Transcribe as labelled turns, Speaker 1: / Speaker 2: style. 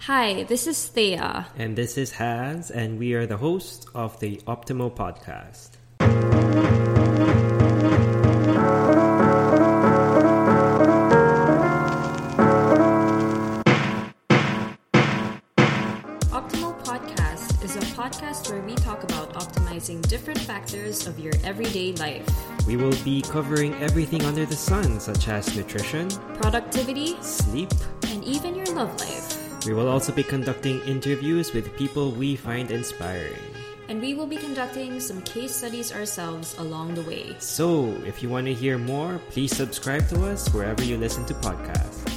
Speaker 1: Hi, this is Thea.
Speaker 2: And this is Haz, and we are the hosts of the Optimal Podcast.
Speaker 1: Optimal Podcast is a podcast where we talk about optimizing different factors of your everyday life
Speaker 2: We will be covering everything under the sun, such as nutrition,
Speaker 1: productivity,
Speaker 2: sleep.
Speaker 1: and even your love life.
Speaker 2: We will also be conducting interviews with people we find inspiring.
Speaker 1: And we will be conducting some case studies ourselves along the way.
Speaker 2: So, if you want to hear more, please subscribe to us wherever you listen to podcasts.